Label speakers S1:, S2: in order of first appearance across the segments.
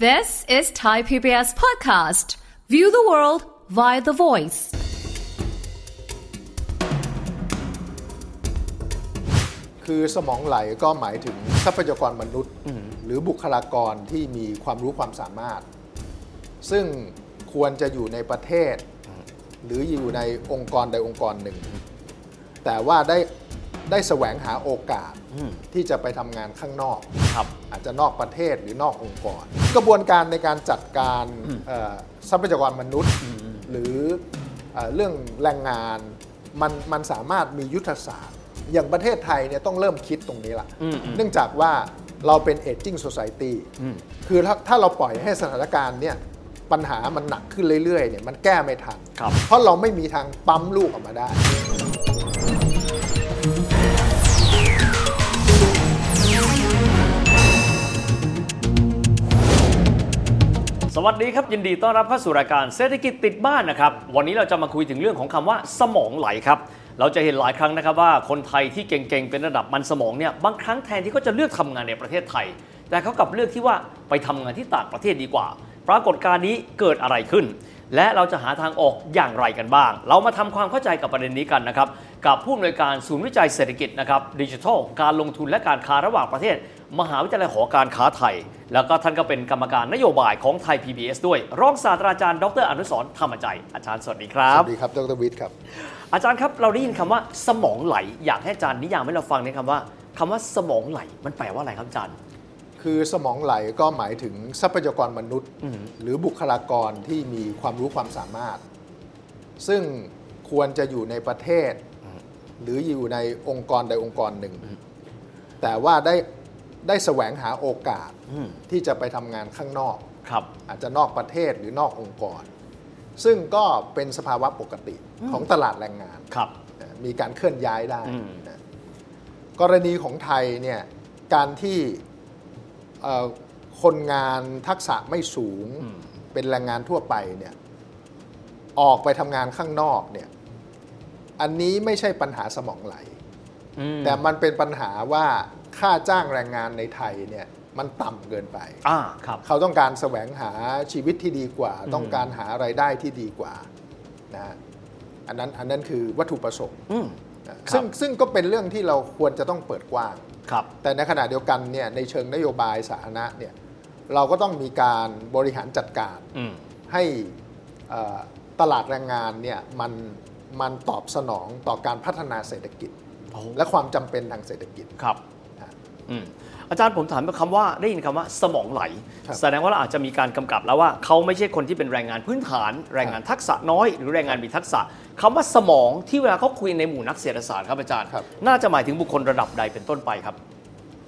S1: This is Thai PBS Podcast. View the world via the voice.
S2: คือสมองไหลก็หมายถึงทรัพยากรมนุษย์ หรือบุคลากรที่มีความรู้ความสามารถ ซึ่งควรจะอยู่ในประเทศ หรืออยู่ในองค์กรใดองค์กรหนึ่ง แต่ว่าได้ได้แสวงหาโอกาสที่จะไปทำงานข้างนอก
S3: ครับ
S2: อาจจะนอกประเทศหรือนอกองค์กร กระบวนการในการจัดการเอ่อทรัพยากรมนุษย์ หรือเอ่อเรื่องแรงงานมันมันสามารถมียุทธศาสตร์ อย่างประเทศไทยเนี่ยต้องเริ่มคิดตรงนี้ละ
S3: อืมอืม
S2: เนื่องจากว่าเราเป็น aging society คือถ้าถ้าเราปล่อยให้สถานการณ์เนี่ยปัญหามันหนักขึ้นเรื่อยๆเนี่ยมันแก้ไม่ทัน
S3: ครับ
S2: เพราะเราไม่มีทางปั๊มลูกออกมาได้
S3: สวัสดีครับยินดีต้อนรับเข้าสู่รายการเศรษฐกิจติดบ้านนะครับ วันนี้เราจะมาคุยถึงเรื่องของคำว่าสมองไหลครับ เราจะเห็นหลายครั้งนะครับว่าคนไทยที่เก่งๆ เป็นระดับมันสมองเนี่ยบางครั้งแทนที่เขาจะเลือกทำงานในประเทศไทย แต่เขากลับเลือกที่ว่าไปทำงานที่ต่างประเทศดีกว่า ปรากฏการณ์นี้เกิดอะไรขึ้น และเราจะหาทางออกอย่างไรกันบ้าง เรามาทำความเข้าใจกับประเด็นนี้กันนะครับ กับผู้อำนวยการศูนย์วิจัยเศรษฐกิจนะครับดิจิทัล การลงทุนและการค้าระหว่างประเทศ มหาวิทยาลัยหอการค้าไทย แล้วก็ท่านก็เป็นกรรมการนโยบายของไทย PBS ด้วย รองศาสตราจารย์ดรอนุสรณ์ธรรมใจ อาจารย์สวัสดีครั
S2: ส
S3: บ
S2: วัสดีครับดรวิทย์ครับ
S3: อาจารย์ครับเราได้ยินคำว่าสมองไหล อยากให้อาจารย์นิยามให้เราฟังในอยคำว่าคำว่าสมองไหลมันแปลว่าอะไรครับอาจารย์
S2: คือสมองไหลก็หมายถึงทรัพยากรมนุษย์ หรือบุคลากรที่มีความรู้ความสามารถ ซึ่งควรจะอยู่ในประเทศ หรืออยู่ในองค์กรใดองค์กรหนึ่ง แต่ว่าได้ได้แสวงหาโอกาส
S3: อืม
S2: ที่จะไปทำงานข้างนอก
S3: ครับ
S2: อาจจะนอกประเทศหรือนอกองค์กร ซึ่งก็เป็นสภาวะปกติของตลาดแรงงาน
S3: ครับ
S2: นะมีการเคลื่อนย้ายได้
S3: อืม
S2: นะกรณีของไทยเนี่ยการที่เอ่อคนงานทักษะไม่สูงเป็นแรงงานทั่วไปเนี่ยออกไปทำงานข้างนอกเนี่ยอันนี้ไม่ใช่ปัญหาสมองไหล
S3: อืม
S2: แต่มันเป็นปัญหาว่าค่าจ้างแรงงานในไทยเนี่ยมันต่ำเกินไป
S3: อ่าครับ
S2: เขาต้องการแสวงหาชีวิตที่ดีกว่า ต้องการหารายได้ที่ดีกว่านะฮะอันนั้นอันนั้นคือวัตถุประสงค์
S3: อืม
S2: นะ
S3: ครั
S2: ซึ่
S3: บ
S2: งซึ่งก็เป็นเรื่องที่เราควรจะต้องเปิดกว้าง
S3: ครับ
S2: แต่ในขณะเดียวกันเนี่ยในเชิงนโยบายสาธารณะเนี่ยเราก็ต้องมีการบริหารจัดการ
S3: อืม
S2: ให้เอ่อตลาดแรงงานเนี่ยมันมันตอบสนองต่อการพัฒนาเศรษฐกิจ
S3: โอ้
S2: และความจำเป็นทางเศรษฐกิจ
S3: ครับ
S2: ฮะ
S3: อืมอาจารย์ผมถามคำว่าได้ยินคำว่าสมองไหล
S2: ครับ
S3: แสดงว่าเราอาจจะมีการกำกับแล้วว่าเขาไม่ใช่คนที่เป็นแรงงานพื้นฐาน แรงงานทักษะน้อย หรือแรงงานมีทักษะคำว่าสมองที่เวลาเขาคุยในหมู่นักเศรษฐศาสตร์ครับอาจารย์
S2: ครับ
S3: น่าจะหมายถึงบุคคลระดับใดเป็นต้นไปครับ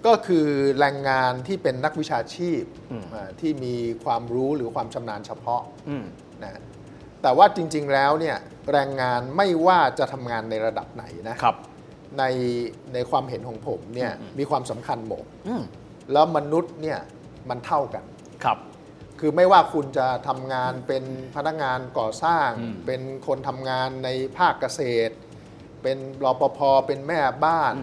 S2: ก็คือแรงงานที่เป็นนักวิชาชีพเอ่อที่มีความรู้หรือความชำนาญเฉพาะ
S3: อืม
S2: นะแต่ว่าจริงๆแล้วเนี่ยแรงงานไม่ว่าจะทำงานในระดับไหนนะ
S3: ครับ
S2: ในในความเห็นของผมเนี่ยมีความสำคัญหมด
S3: อืม
S2: แล้วมนุษย์เนี่ยมันเท่ากัน
S3: ครับ
S2: คือไม่ว่าคุณจะทำงานเป็นพนักงานก่อสร้าง เป็นคนทำงานในภาคเกษตร เป็นรปภเป็นแม่บ้าน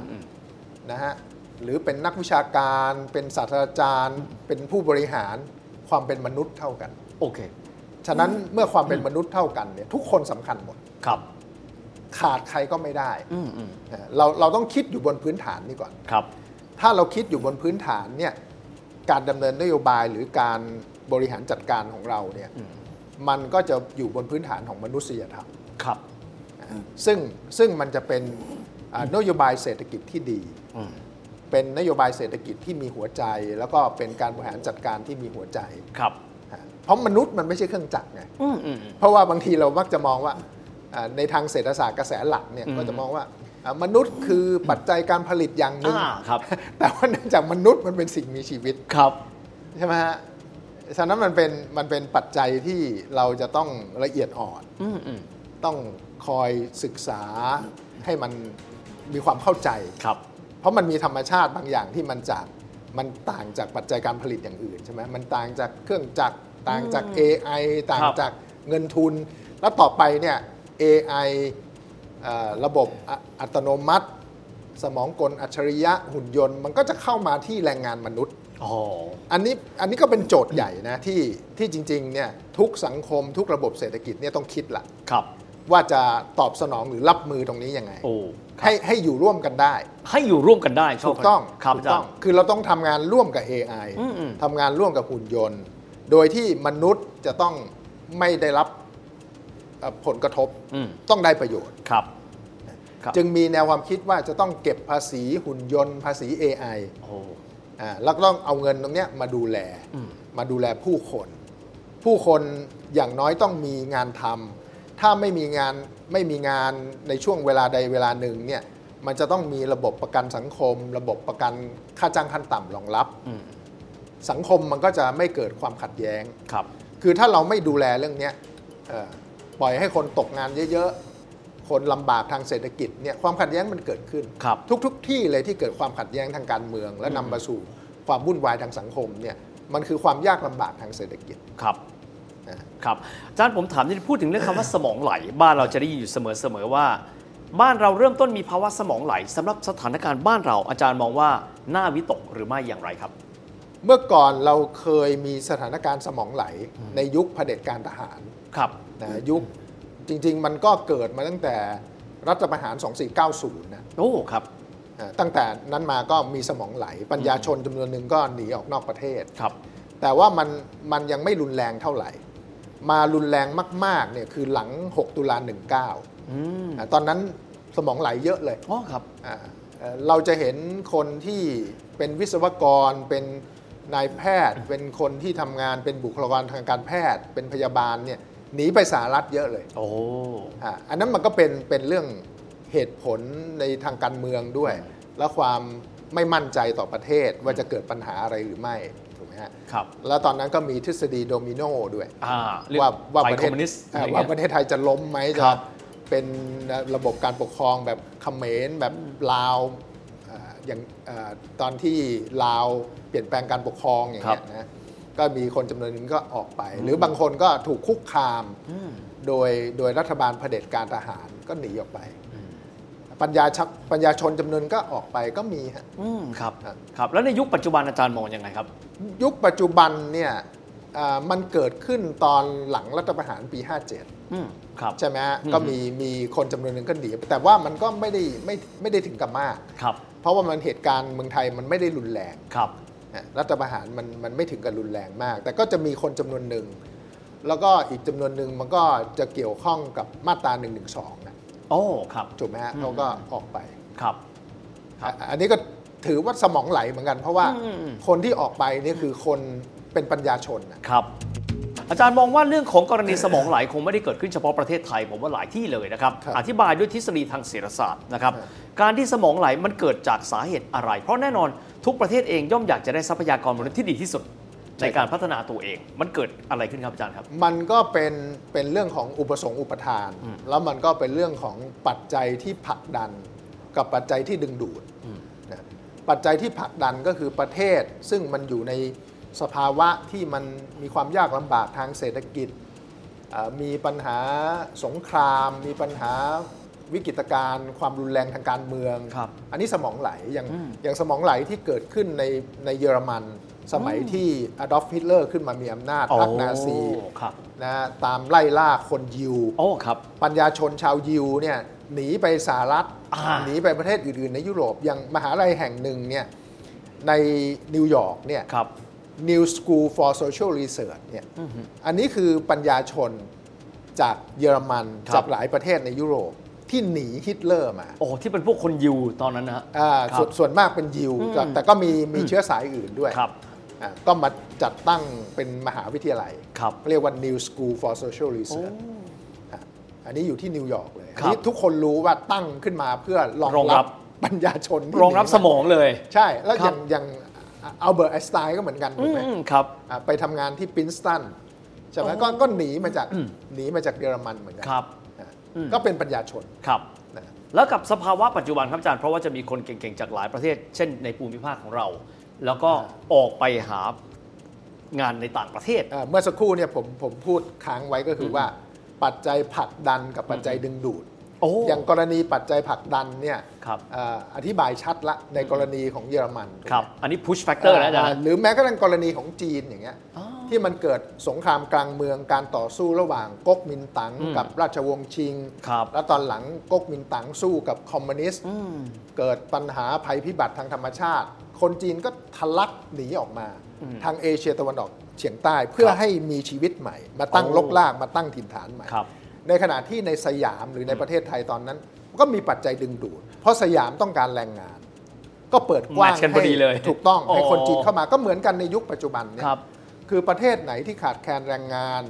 S2: นะฮะหรือเป็นนักวิชาการเป็นศาสตราจารย์ เป็นผู้บริหารความเป็นมนุษย์เท่ากัน
S3: โอเค
S2: ฉะนั้นเมื่อความเป็นมนุษย์เท่ากันเนี่ยทุกคนสำคัญหมด
S3: ครับ
S2: ขาดใครก็ไม่ได้
S3: อืมอืม
S2: นะฮะเราเราต้องคิดอยู่บนพื้นฐานนี่ก่อน
S3: ครับ
S2: ถ้าเราคิดอยู่บนพื้นฐานเนี่ยการดำเนินนโยบายหรือการบริหารจัดการของเราเนี่ยมันก็จะอยู่บนพื้นฐานของมนุษยธรรม
S3: ครับ
S2: นะซึ่งซึ่งมันจะเป็นอ่านโยบายเศรษฐกิจที่ดี
S3: อืม
S2: เป็นนโยบายเศรษฐกิจที่มีหัวใจ แล้วก็เป็นการบริหารจัดการที่มีหัวใจ
S3: ครับ
S2: ฮะเพราะมนุษย์มันไม่ใช่เครื่องจักรไง
S3: อืมอืมอืม
S2: เพราะว่าบางทีเรามักจะมองว่าอ่าในทางเศรษฐศาสตร์กระแสหลักเนี่ย
S3: อืม
S2: ก็จะมองว่าอ่ามนุษย์คือปัจจัยการผลิตอย่างหนึ่ง
S3: อ่าครับ
S2: แต่ว่าเนื่องจากมนุษย์มันเป็นสิ่งมีชีวิต
S3: ครับ
S2: ใช่ไหมฮะ ฉะนั้นมันเป็นมันเป็นปัจจัยที่เราจะต้องละเอียดอ่อน
S3: อืมอืม
S2: ต้องคอยศึกษาให้มันมีความเข้าใจ
S3: ครับ
S2: เพราะมันมีธรรมชาติบางอย่างที่มันจากมันต่างจากปัจจัยการผลิตอย่างอื่นใช่ไหมมันต่างจากเครื่องจักรต่างจาก AI ต่างจากเงินทุน แล้วต่อไปเนี่ย AI เอ่อระบบอะอัตโนมัติ สมองกลอัจฉริยะหุ่นยนต์ มันก็จะเข้ามาที่แรงงานมนุษย์
S3: อ๋อ
S2: อันนี้อันนี้ก็เป็นโจทย์ใหญ่นะที่ที่จริงๆเนี่ยทุกสังคมทุกระบบเศรษฐกิจเนี่ยต้องคิดละ
S3: ครับ
S2: ว่าจะตอบสนองหรือรับมือตรงนี้ยังไง
S3: โอ้
S2: ให้ให้อยู่ร่วมกันได้
S3: ให้อยู่ร่วมกันได้ชอบ
S2: ถูกต้อง
S3: ครับ
S2: ถู
S3: อาก จา
S2: ต้
S3: ร
S2: อง
S3: ย์
S2: คือเราต้องทำงานร่วมกับ AI
S3: อืมๆ
S2: ทำงานร่วมกับหุ่นยนต์ โดยที่มนุษย์จะต้องไม่ได้รับเอ่อผลกระทบ
S3: อืม
S2: ต้องได้ประโยชน์
S3: ครับ ครับ
S2: จึงมีแนวความคิดว่าจะต้องเก็บภาษีหุ่นยนต์ ภาษี AI
S3: โอ้
S2: อ่าแล้วก็ต้องเอาเงินตรงเนี้ยมาดูแล
S3: อืม
S2: มาดูแลผู้คน ผู้คนอย่างน้อยต้องมีงานทำถ้าไม่มีงานไม่มีงานในช่วงเวลาใดเวลาหนึ่งเนี่ยมันจะต้องมีระบบประกันสังคม ระบบประกันค่าจ้างขั้นต่ำรองรับ
S3: อืม
S2: สังคมมันก็จะไม่เกิดความขัดแย้ง
S3: ครับ
S2: คือถ้าเราไม่ดูแลเรื่องเนี้ยเอ่อปล่อยให้คนตกงานเยอะๆ คนลำบากทางเศรษฐกิจเนี่ยความขัดแย้งมันเกิดขึ้น
S3: ครับ
S2: ทุกๆทที่เลยที่เกิดความขัดแย้งทางการเมือง และนำมาสู่ความวุ่นวายทางสังคมเนี่ยมันคือความยากลำบากทางเศรษฐกิจ
S3: ครับ
S2: นะครับ
S3: อาจารย์ผมถามนิดพูดถึงเรื่องคำว่าสมองไหล บ้านเราจะได้ยินอยู่เสมอๆว่า บ้านเราเริ่มต้นมีภาวะสมองไหลสำหรับสถานการณ์บ้านเราอาจารย์มองว่าน่าวิตกหรือไม่อย่างไรครับ
S2: เมื่อก่อนเราเคยมีสถานการณ์สมองไหลในยุคเผด็จการทหาร
S3: ครับ
S2: นะยุคจริง ๆ มันก็เกิดมาตั้งแต่รัฐประหาร 2490นะ
S3: โอ้ครับ
S2: อ่าตั้งแต่นั้นมาก็มีสมองไหล ปัญญาชนจำนวนหนึ่งก็หนีออกนอกประเทศ
S3: ครับ
S2: แต่ว่ามันมันยังไม่รุนแรงเท่าไหร่ มารุนแรงมากๆเนี่ยคือหลัง 6 ตุลา19
S3: อืม
S2: อ่าตอนนั้นสมองไหลเยอะเลย
S3: อ๋อครับ
S2: อ่าเอ่อเราจะเห็นคนที่เป็นวิศวกร เป็นนายแพทย์ เป็นคนที่ทำงานเป็นบุคลากรทางการแพทย์ เป็นพยาบาลเนี่ยหนีไปสหรัฐเยอะเลย
S3: โอ้
S2: อ่าอันนั้นมันก็เป็นเป็นเรื่องเหตุผลในทางการเมืองด้วย และความไม่มั่นใจต่อประเทศว่าจะเกิดปัญหาอะไรหรือไม่ถูกไหมฮะ
S3: ครับ
S2: แล้วตอนนั้นก็มีทฤษฎีโดมิโนด้วย
S3: อ่าเรียก
S2: ว่าว่า
S3: ฝ่ย
S2: ประ
S3: ค
S2: เท
S3: อ
S2: ศ
S3: มมิวนิสต์
S2: อ่า
S3: อะไร
S2: ว่า
S3: เงี้ย
S2: ประเทศไทยจะล้มไหมจะ
S3: ครับ
S2: เป็นระบบการปกครองแบบเขมรแบบลาวอ่าอย่างอ่าตอนที่ลาวเปลี่ยนแปลงการปกครองอย่าง
S3: ครั
S2: เงี้ย
S3: บ
S2: นะก็มีคนจำนวนหนึงก็ออกไป หรือบางคนก็ถูกคุกคามโดยโดยรัฐบาลเผด็จการทหารก็หนีออกไป
S3: อืม
S2: ปัญญาชักปัญญาชนจำนวนก็ออกไปก็มีฮะ
S3: อืมครับ
S2: ครับ
S3: ครับ แล้วในยุคปัจจุบันอาจารย์มองยังไงครับ
S2: ยุคปัจจุบันเนี่ยอ่ามันเกิดขึ้นตอนหลังรัฐประหารปี 57
S3: อืมครับ
S2: ใช่ไหมฮะ
S3: อืม
S2: ก็มีมีคนจำนวนหนึ่งก็หนีแต่ว่ามันก็ไม่ได้ไม่ไม่ได้ถึงกับมาก
S3: ครับ
S2: เพราะว่ามันเหตุการณ์เมืองไทยมันไม่ได้รุนแรง
S3: ครับ
S2: นะรัฐประหารมันมันไม่ถึงกับรุนแรงมาก แต่ก็จะมีคนจำนวนหนึ่ง แล้วก็อีกจำนวนหนึ่งมันก็จะเกี่ยวข้องกับมาตรา1นึนะ
S3: โอ้ ครับ
S2: ถูกไหมฮะ
S3: อืม
S2: เขาก็ออกไป
S3: ครับ ครับ
S2: อ่ะอันนี้ก็ถือว่าสมองไหลเหมือนกัน เพราะว่า
S3: อืมอืม
S2: คนที่ออกไปนี่คือคนเป็นปัญญาชนน่ะ
S3: ครับ อาจารย์มองว่าเรื่องของกรณีสมองไหลคงไม่ได้เกิดขึ้นเฉพาะประเทศไทย ผมว่าหลายที่เลยนะครับ
S2: ครับ
S3: อธิบายด้วยทฤษฎีทางเศรษฐศาสตร์นะครับ
S2: ครับ
S3: การที่สมองไหลมันเกิดจากสาเหตุอะไร เพราะแน่นอนทุกประเทศเองย่อมอยากจะได้ทรัพยากรมนุษย์ที่ดีที่สุด ในการพัฒนาตัวเอง มันเกิดอะไรขึ้นครับอาจารย์ครับ
S2: มันก็เป็นเป็นเรื่องของอุปสงค์อุปทาน แล้วมันก็เป็นเรื่องของปัจจัยที่ผลักดัน กับปัจจัยที่ดึงดูดนะปัจจัยที่ผลักดันก็คือประเทศ ซึ่งมันอยู่ในสภาวะที่มันมีความยากลำบากทางเศรษฐกิจเอ่อมีปัญหาสงคราม มีปัญหาวิกฤตการณ์ความรุนแรงทางการเมือง
S3: ครับ
S2: อันนี้สมองไหลอย่าง
S3: อืม
S2: อย่างสมองไหลที่เกิดขึ้นในในเยอรมัน สมัยที่อดอล์ฟฮิตเลอร์ขึ้นมามีอำนาจพรรคนาซี
S3: โอ้ครับ
S2: นะฮะตามไล่ล่าคนยิว
S3: โอ้ ครับ
S2: ปัญญาชนชาวยิวเนี่ยหนีไปสหรัฐ
S3: อ่า
S2: หนีไปประเทศอื่นๆ ในยุโรปอย่างมหาลัยแห่งหนึ่งเนี่ยในนิวยอร์กเนี่ย
S3: ครับ
S2: New School for Social Research เนี่ย
S3: อือฮึ
S2: อันนี้คือปัญญาชนจากเยอรมัน
S3: ครับ
S2: จากหลายประเทศในยุโรปที่หนีฮิตเลอร์มา
S3: โอ้ ที่เป็นพวกคนยิวตอนนั้นนะฮะ
S2: อ่า
S3: ครับ
S2: ส่วนส่วนมากเป็นยิว
S3: อืม
S2: แต่แต่ก็มีมีเชื้อสายอื่นด้วย
S3: ครับ
S2: อ่าก็มาจัดตั้งเป็นมหาวิทยาลัย
S3: ครับ
S2: เรียกว่า New School for Social
S3: โอ้
S2: Research อ่ะอันนี้อยู่ที่นิวยอร์กเลยอั
S3: ครั
S2: น
S3: บ
S2: นี้ทุกคนรู้ว่าตั้งขึ้นมาเพื่อรอง
S3: รองรั
S2: รับ บปัญญาชนที่
S3: รองรับสมองเลย
S2: ใช่ แล้ว
S3: ค
S2: อ
S3: รับ
S2: ย่างอย่างอัลเบิร์ตไอน์สไตน์ก็เหมือนกัน
S3: อื
S2: ถูกไหม
S3: มครับ
S2: อ่ะไปทำงานที่ปรินสตันใช่ไหมก็ก็หนีมาจากหนีมาจากเยอรมันเหมือนกั
S3: ครับ
S2: อ่ะ
S3: อืม
S2: ก็เป็นปัญญาชน
S3: ครับ
S2: นะ
S3: แล้วกับสภาวะปัจจุบันครับอาจารย์ เพราะว่าจะมีคนเก่งๆ จากหลายประเทศ เช่นในภูมิภาคของเรา แล้วก็ออกไปหางานในต่างประเทศ
S2: เอ่อเมื่อสักครู่เนี่ยผมผมพูดค้างไว้ก็คือว่า ปัจจัยผลักดันกับปัจจัยดึงดูด
S3: โอ้ โอ้
S2: อย่างกรณีปัจจัยผลักดันเนี่ย
S3: ครับ
S2: เอ่ออธิบายชัดละในกรณีของเยอรมัน
S3: ครับ อันนี้ push factor นะอาจารย์นะ
S2: หรือแม้กระทั่งกรณีของจีนอย่างเงี้ย
S3: อ๋อ
S2: ที่มันเกิดสงครามกลางเมืองการต่อสู้ระหว่างก๊กมินตั๋ง
S3: อืม
S2: กับราชวงศ์ชิง
S3: ครับ
S2: แล้วตอนหลังก๊กมินตั๋งสู้กับคอมมิวนิสต์
S3: อืม
S2: เกิดปัญหาภัยพิบัติทางธรรมชาติ คนจีนก็ทะลักหนีออกมา
S3: อืม
S2: ทางเอเชียตะวันออกเฉียงใต้เพื่อ
S3: ครับ
S2: ให้มีชีวิตใหม่ มาตั้ง
S3: โอ้
S2: ลกลากมาตั้งถิ่นฐานใหม่
S3: ครับ
S2: ในขณะที่ในสยามหรือในประเทศไทยตอนนั้น ก็มีปัจจัยดึงดูด เพราะสยามต้องการแรงงาน ก็เปิดกว้าง
S3: แมทช์กันพอดีเลย
S2: ถูกต้องให้
S3: อ๋อ
S2: คนจีนเข้ามาก็เหมือนกันในยุคปัจจุบันเนี่
S3: ค
S2: ย
S3: รับ
S2: คือประเทศไหนที่ขาดแคลนแรงงาน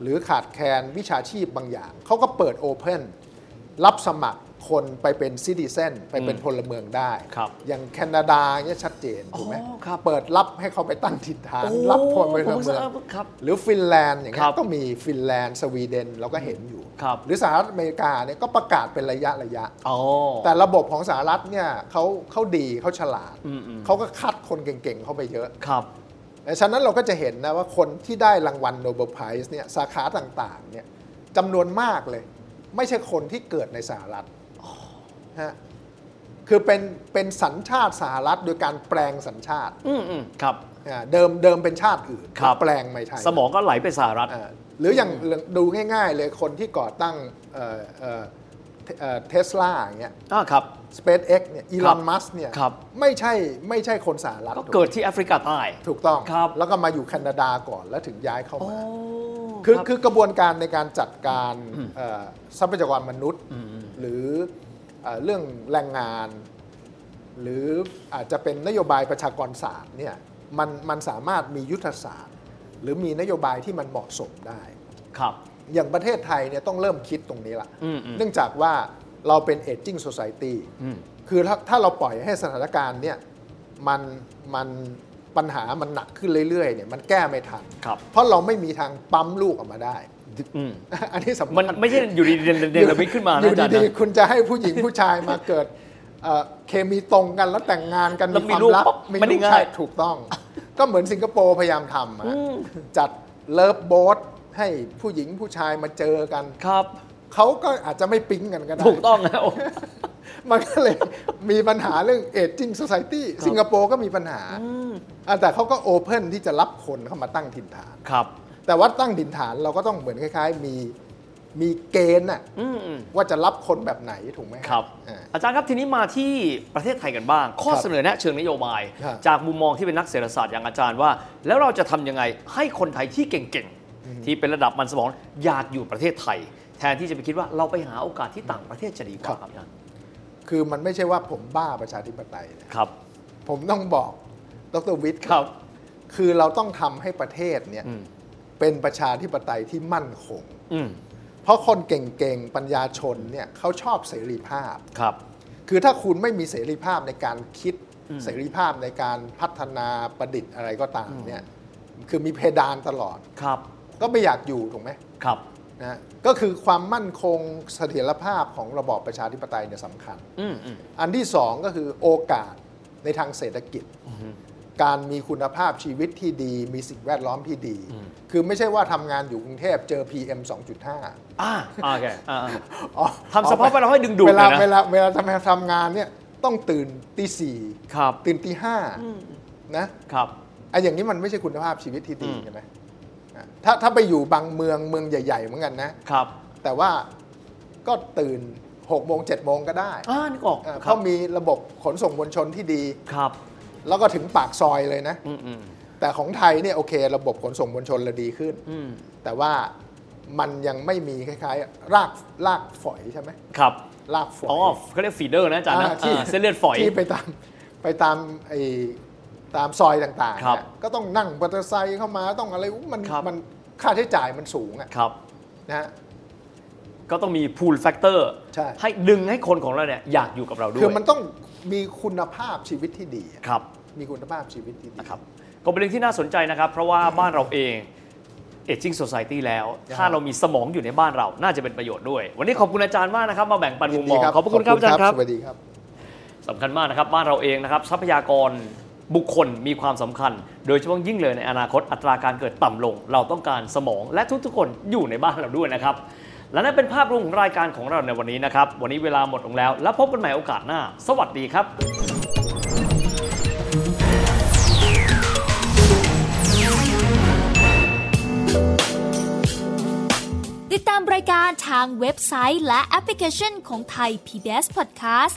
S2: หรือขาดแคลนวิชาชีพบางอย่างเขาก็เปิดโอเพนรับสมัครคนไปเป็นซิติเซนไปเป็น
S3: อืม
S2: พลเมืองได้
S3: ครับ
S2: อย่างแคนาดาเนี่ยชัดเจนถูกไหม
S3: อ๋อครับ
S2: เปิดรับให้เขาไปตั้งถิ่นฐานรับพลเมือง
S3: ครับ
S2: หรือฟินแลนด์อย่างเงี้
S3: ครั
S2: ย
S3: บ
S2: ก็มีฟินแลนด์สวีเดนเราก็เห็นอยู่
S3: ครับ
S2: หรือสหรัฐอเมริกาเนี่ยก็ประกาศเป็นระยะระยะ
S3: อ๋อ
S2: แต่ระบบของสหรัฐเนี่ยเขาเขาดีเขาฉลาด
S3: อืมอืม
S2: เขาก็คัดคนเก่งๆ เข้าไปเยอะ
S3: ครับ
S2: แต่ฉะนั้นเราก็จะเห็นนะว่าคนที่ได้รางวัลโนเบลไพรส์เนี่ยสาขาต่างๆเนี่ยจำนวนมากเลย ไม่ใช่คนที่เกิดในสหรัฐฮะคือเป็นเป็นสัญชาติสหรัฐโดยการแปลงสัญชาติ
S3: อืมอืมครับ
S2: อ่าเดิมเดิมเป็นชาติอื่น
S3: ครับ
S2: แปลงไม่ใช่
S3: สมองก็ไหลไปสหรัฐ
S2: อ่าหรืออย่างดูง่ายๆเลยคนที่ก่อตั้งเทสลาอย่างเงี้ย
S3: อ่าครับ
S2: SpaceX เนี่ยอีลอน
S3: ครับ
S2: มัสเนี่ย
S3: ครับ
S2: ไม่ใช่ไม่ใช่คนสหรัฐ
S3: ก็เกิดที่แอฟริกาใต้
S2: ถูกต้อง
S3: ครับ
S2: แล้วก็มาอยู่แคนาดาก่อนแล้วถึงย้ายเข้า
S3: โอ้
S2: มา คือ
S3: รับ
S2: คือกระบวนการในการจัดการเอ่อทรัพยากรมนุษย์ หรือเอ่อเรื่องแรงงาน หรืออาจจะเป็นนโยบายประชากรศาสตร์เนี่ยมันมันสามารถมียุทธศาสตร์ หรือมีนโยบายที่มันเหมาะสมได้
S3: ครับ
S2: อย่างประเทศไทยเนี่ยต้องเริ่มคิดตรงนี้ละ
S3: อืมอืม
S2: เนื่องจากว่าเราเป็น aging society
S3: อืม
S2: คือถ้าถ้าเราปล่อยให้สถานการณ์เนี่ยมันมันปัญหามันหนักขึ้นเรื่อยๆเนี่ยมันแก้ไม่ทัน
S3: ครับ
S2: เพราะเราไม่มีทางปั๊มลูกออกมาได้
S3: อืม
S2: อันนี้สำคัญ
S3: มันไม่ใช่อยู่ดีๆเดนเดนระบิดขึ้นมา
S2: อ
S3: นะ
S2: ยู่
S3: อาจารย์
S2: ดี
S3: นะ
S2: ๆคุณจะให้ผู้หญิงผู้ชายมาเกิดเอ่อเคมีตรงกันแล้วแต่งงานกัน
S3: แล้ว
S2: มีค
S3: มี
S2: วาม
S3: ลูก
S2: รัก
S3: ปั๊บไม่ได้
S2: ลูก
S3: ง่า
S2: ชาย ยถูกต้อง ก็เหมือนสิงคโปร์พยายามทำอะจัดเลิฟโบสให้ผู้หญิงผู้ชายมาเจอกัน
S3: ครับ
S2: เขาก็อาจจะไม่ปิ๊งกันก็ได้
S3: ถูกต้องนะโอ้
S2: มันก็เลยมีปัญหาเรื่องเอจิ้ง o c i ตี้สิงคโปร์ก็มีปัญหาอ่ะแต่เขาก็โอเพ่นที่จะรับคนเข้ามาตั้งถิ่นฐาน
S3: ครับ
S2: แต่ว่าตั้งถิ่นฐานเราก็ต้องเหมือนคล้าย ๆ มีมีเกณฑ์น่ะ
S3: อืมอืม
S2: ว่าจะรับคนแบบไหนถูกไหม
S3: ครับ
S2: อ่า
S3: อาจารย์ครับทีนี้มาที่ประเทศไทยกันบ้าง ข้อ
S2: ครับ
S3: เสนอแนะเชิงนโยบาย
S2: ครับ
S3: จากมุมมองที่เป็นนักเศรษฐศาสตร์อย่างอาจารย์ว่า แล้วเราจะทำยังไงให้คนไทยที่เก่งๆ ที่เป็นระดับมันสมองอยากอยู่ประเทศไทย แทนที่จะไปคิดว่าเราไปหาโอกาสที่ต่างประเทศจะดีกว่าครับอาจารย์
S2: คือมันไม่ใช่ว่าผมบ้าประชาธิปไตยนะครับ ผมต้องบอกดรวิทย์
S3: ครับ
S2: คือเราต้องทำให้ประเทศเนี่ย
S3: อืม
S2: เป็นประชาธิปไตยที่มั่นคง
S3: อืม
S2: เพราะคนเก่งๆ ปัญญาชนเนี่ยเขาชอบเสรีภาพ
S3: ครับ
S2: คือถ้าคุณไม่มีเสรีภาพในการคิดเสรีภาพในการพัฒนาประดิษฐ์อะไรก็ตามเนี่ยคือมีเพดานตลอด
S3: ครับ
S2: ก็ไม่อยากอยู่ถูกไหม
S3: ครับ
S2: นะฮะก็คือความมั่นคงเสถียรภาพของระบอบประชาธิปไตยเนี่ยสำคัญ
S3: อืมอืม
S2: อันที่สองก็คือโอกาสในทางเศรษฐกิจ การมีคุณภาพชีวิตที่ดี มีสิ่งแวดล้อมที่ดี คือไม่ใช่ว่าทำงานอยู่กรุงเทพเจอ PM 2.5
S3: อ่าอ่าโอเคอ่าอ่า
S2: อ๋อ
S3: ทำสภาพแวดล้อมให้ดึงดูด
S2: เวลา
S3: หน่อยนะ
S2: เวลาเวลาทำทำงานเนี่ยต้องตื่นตีสี่
S3: ครับ
S2: ตื่นตีห้านะครับ ไอ้อย่างนี้มันไม่ใช่คุณภาพชีวิตที่ดี
S3: อืม
S2: ใช่ไหมอ่ะถ้าถ้าไปอยู่บางเมืองเมืองใหญ่ ๆ เหมือนกันนะ
S3: ครับ
S2: แต่ว่าก็ตื่น6กโมงเจ็ดโมงก็ได้
S3: อ่านึกออก
S2: อ่ะ
S3: ครั
S2: เขามีระบบขนส่งมวลชนที่ดี
S3: ครับ
S2: แล้วก็ถึงปากซอยเลยนะ
S3: อืมอืม
S2: แต่ของไทยเนี่ยโอเค ระบบขนส่งมวลชนเราดีขึ้น
S3: อืม
S2: แต่ว่ามันยังไม่มีคล้ายๆ รากรากฝอยใช่ไหม
S3: ครับ
S2: รากฝอย
S3: อ๋อเขาเรียกฟีเดอร์นะอาจารย์นะ
S2: อ่าที่
S3: อ่าเส้นเลือดฝอย
S2: ที่ไปตามไปตามไอ้ตามซอยต่างๆ
S3: ครับ
S2: เนี่ยก็ต้องนั่งมอเตอร์ไซค์เข้ามาต้องอะไรอุ๊ยมัน
S3: ครับ
S2: มันค่าใช้จ่ายมันสูงอะ
S3: ครับ
S2: นะฮะ
S3: ก็ต้องมีพูลแฟกเตอร์
S2: ใช่
S3: ให้ดึงให้คนของเราเนี่ยอยากอยู่กับเราด้ว
S2: คือย มันต้องมีคุณภาพชีวิตที่ดีอะ
S3: ครับ
S2: มีคุณภาพชีวิตที่ดี
S3: นะครับก็เป็นเรื่องที่น่าสนใจนะครับ เพราะว่าบ้านเราเองเอจิ้งโซซ i ตี้แล้ว
S2: ครับ
S3: ถ้าเรามีสมองอยู่ในบ้านเราน่าจะเป็นประโยชน์ด้วย วันนี้ขอบคุณอาจารย์มากนะครับ มาแบ่งปันมุมมองขอบพระคุณครับอาจารย์ครับ
S2: สวัสดีครับ
S3: สำคัญมากนะครับ บ้านเราเองนะครับ ทรัพยากรบุคคลมีความสำคัญ โดยเฉพาะยิ่งเลยในอนาคตอัตราการเกิดต่ำลง เราต้องการสมองและทุกๆคนอยู่ในบ้านเราด้วยนะครับ และนั่นเป็นภาพรวมของรายการของเราในวันนี้นะครับ วันนี้เวลาหมดลงแล้ว แล้วพบกันใหม่โอกาสหน้า สวัสดีครับ
S4: ติดตามรายการทางเว็บไซต์และแอปพลิเคชันของไทย PBS Podcast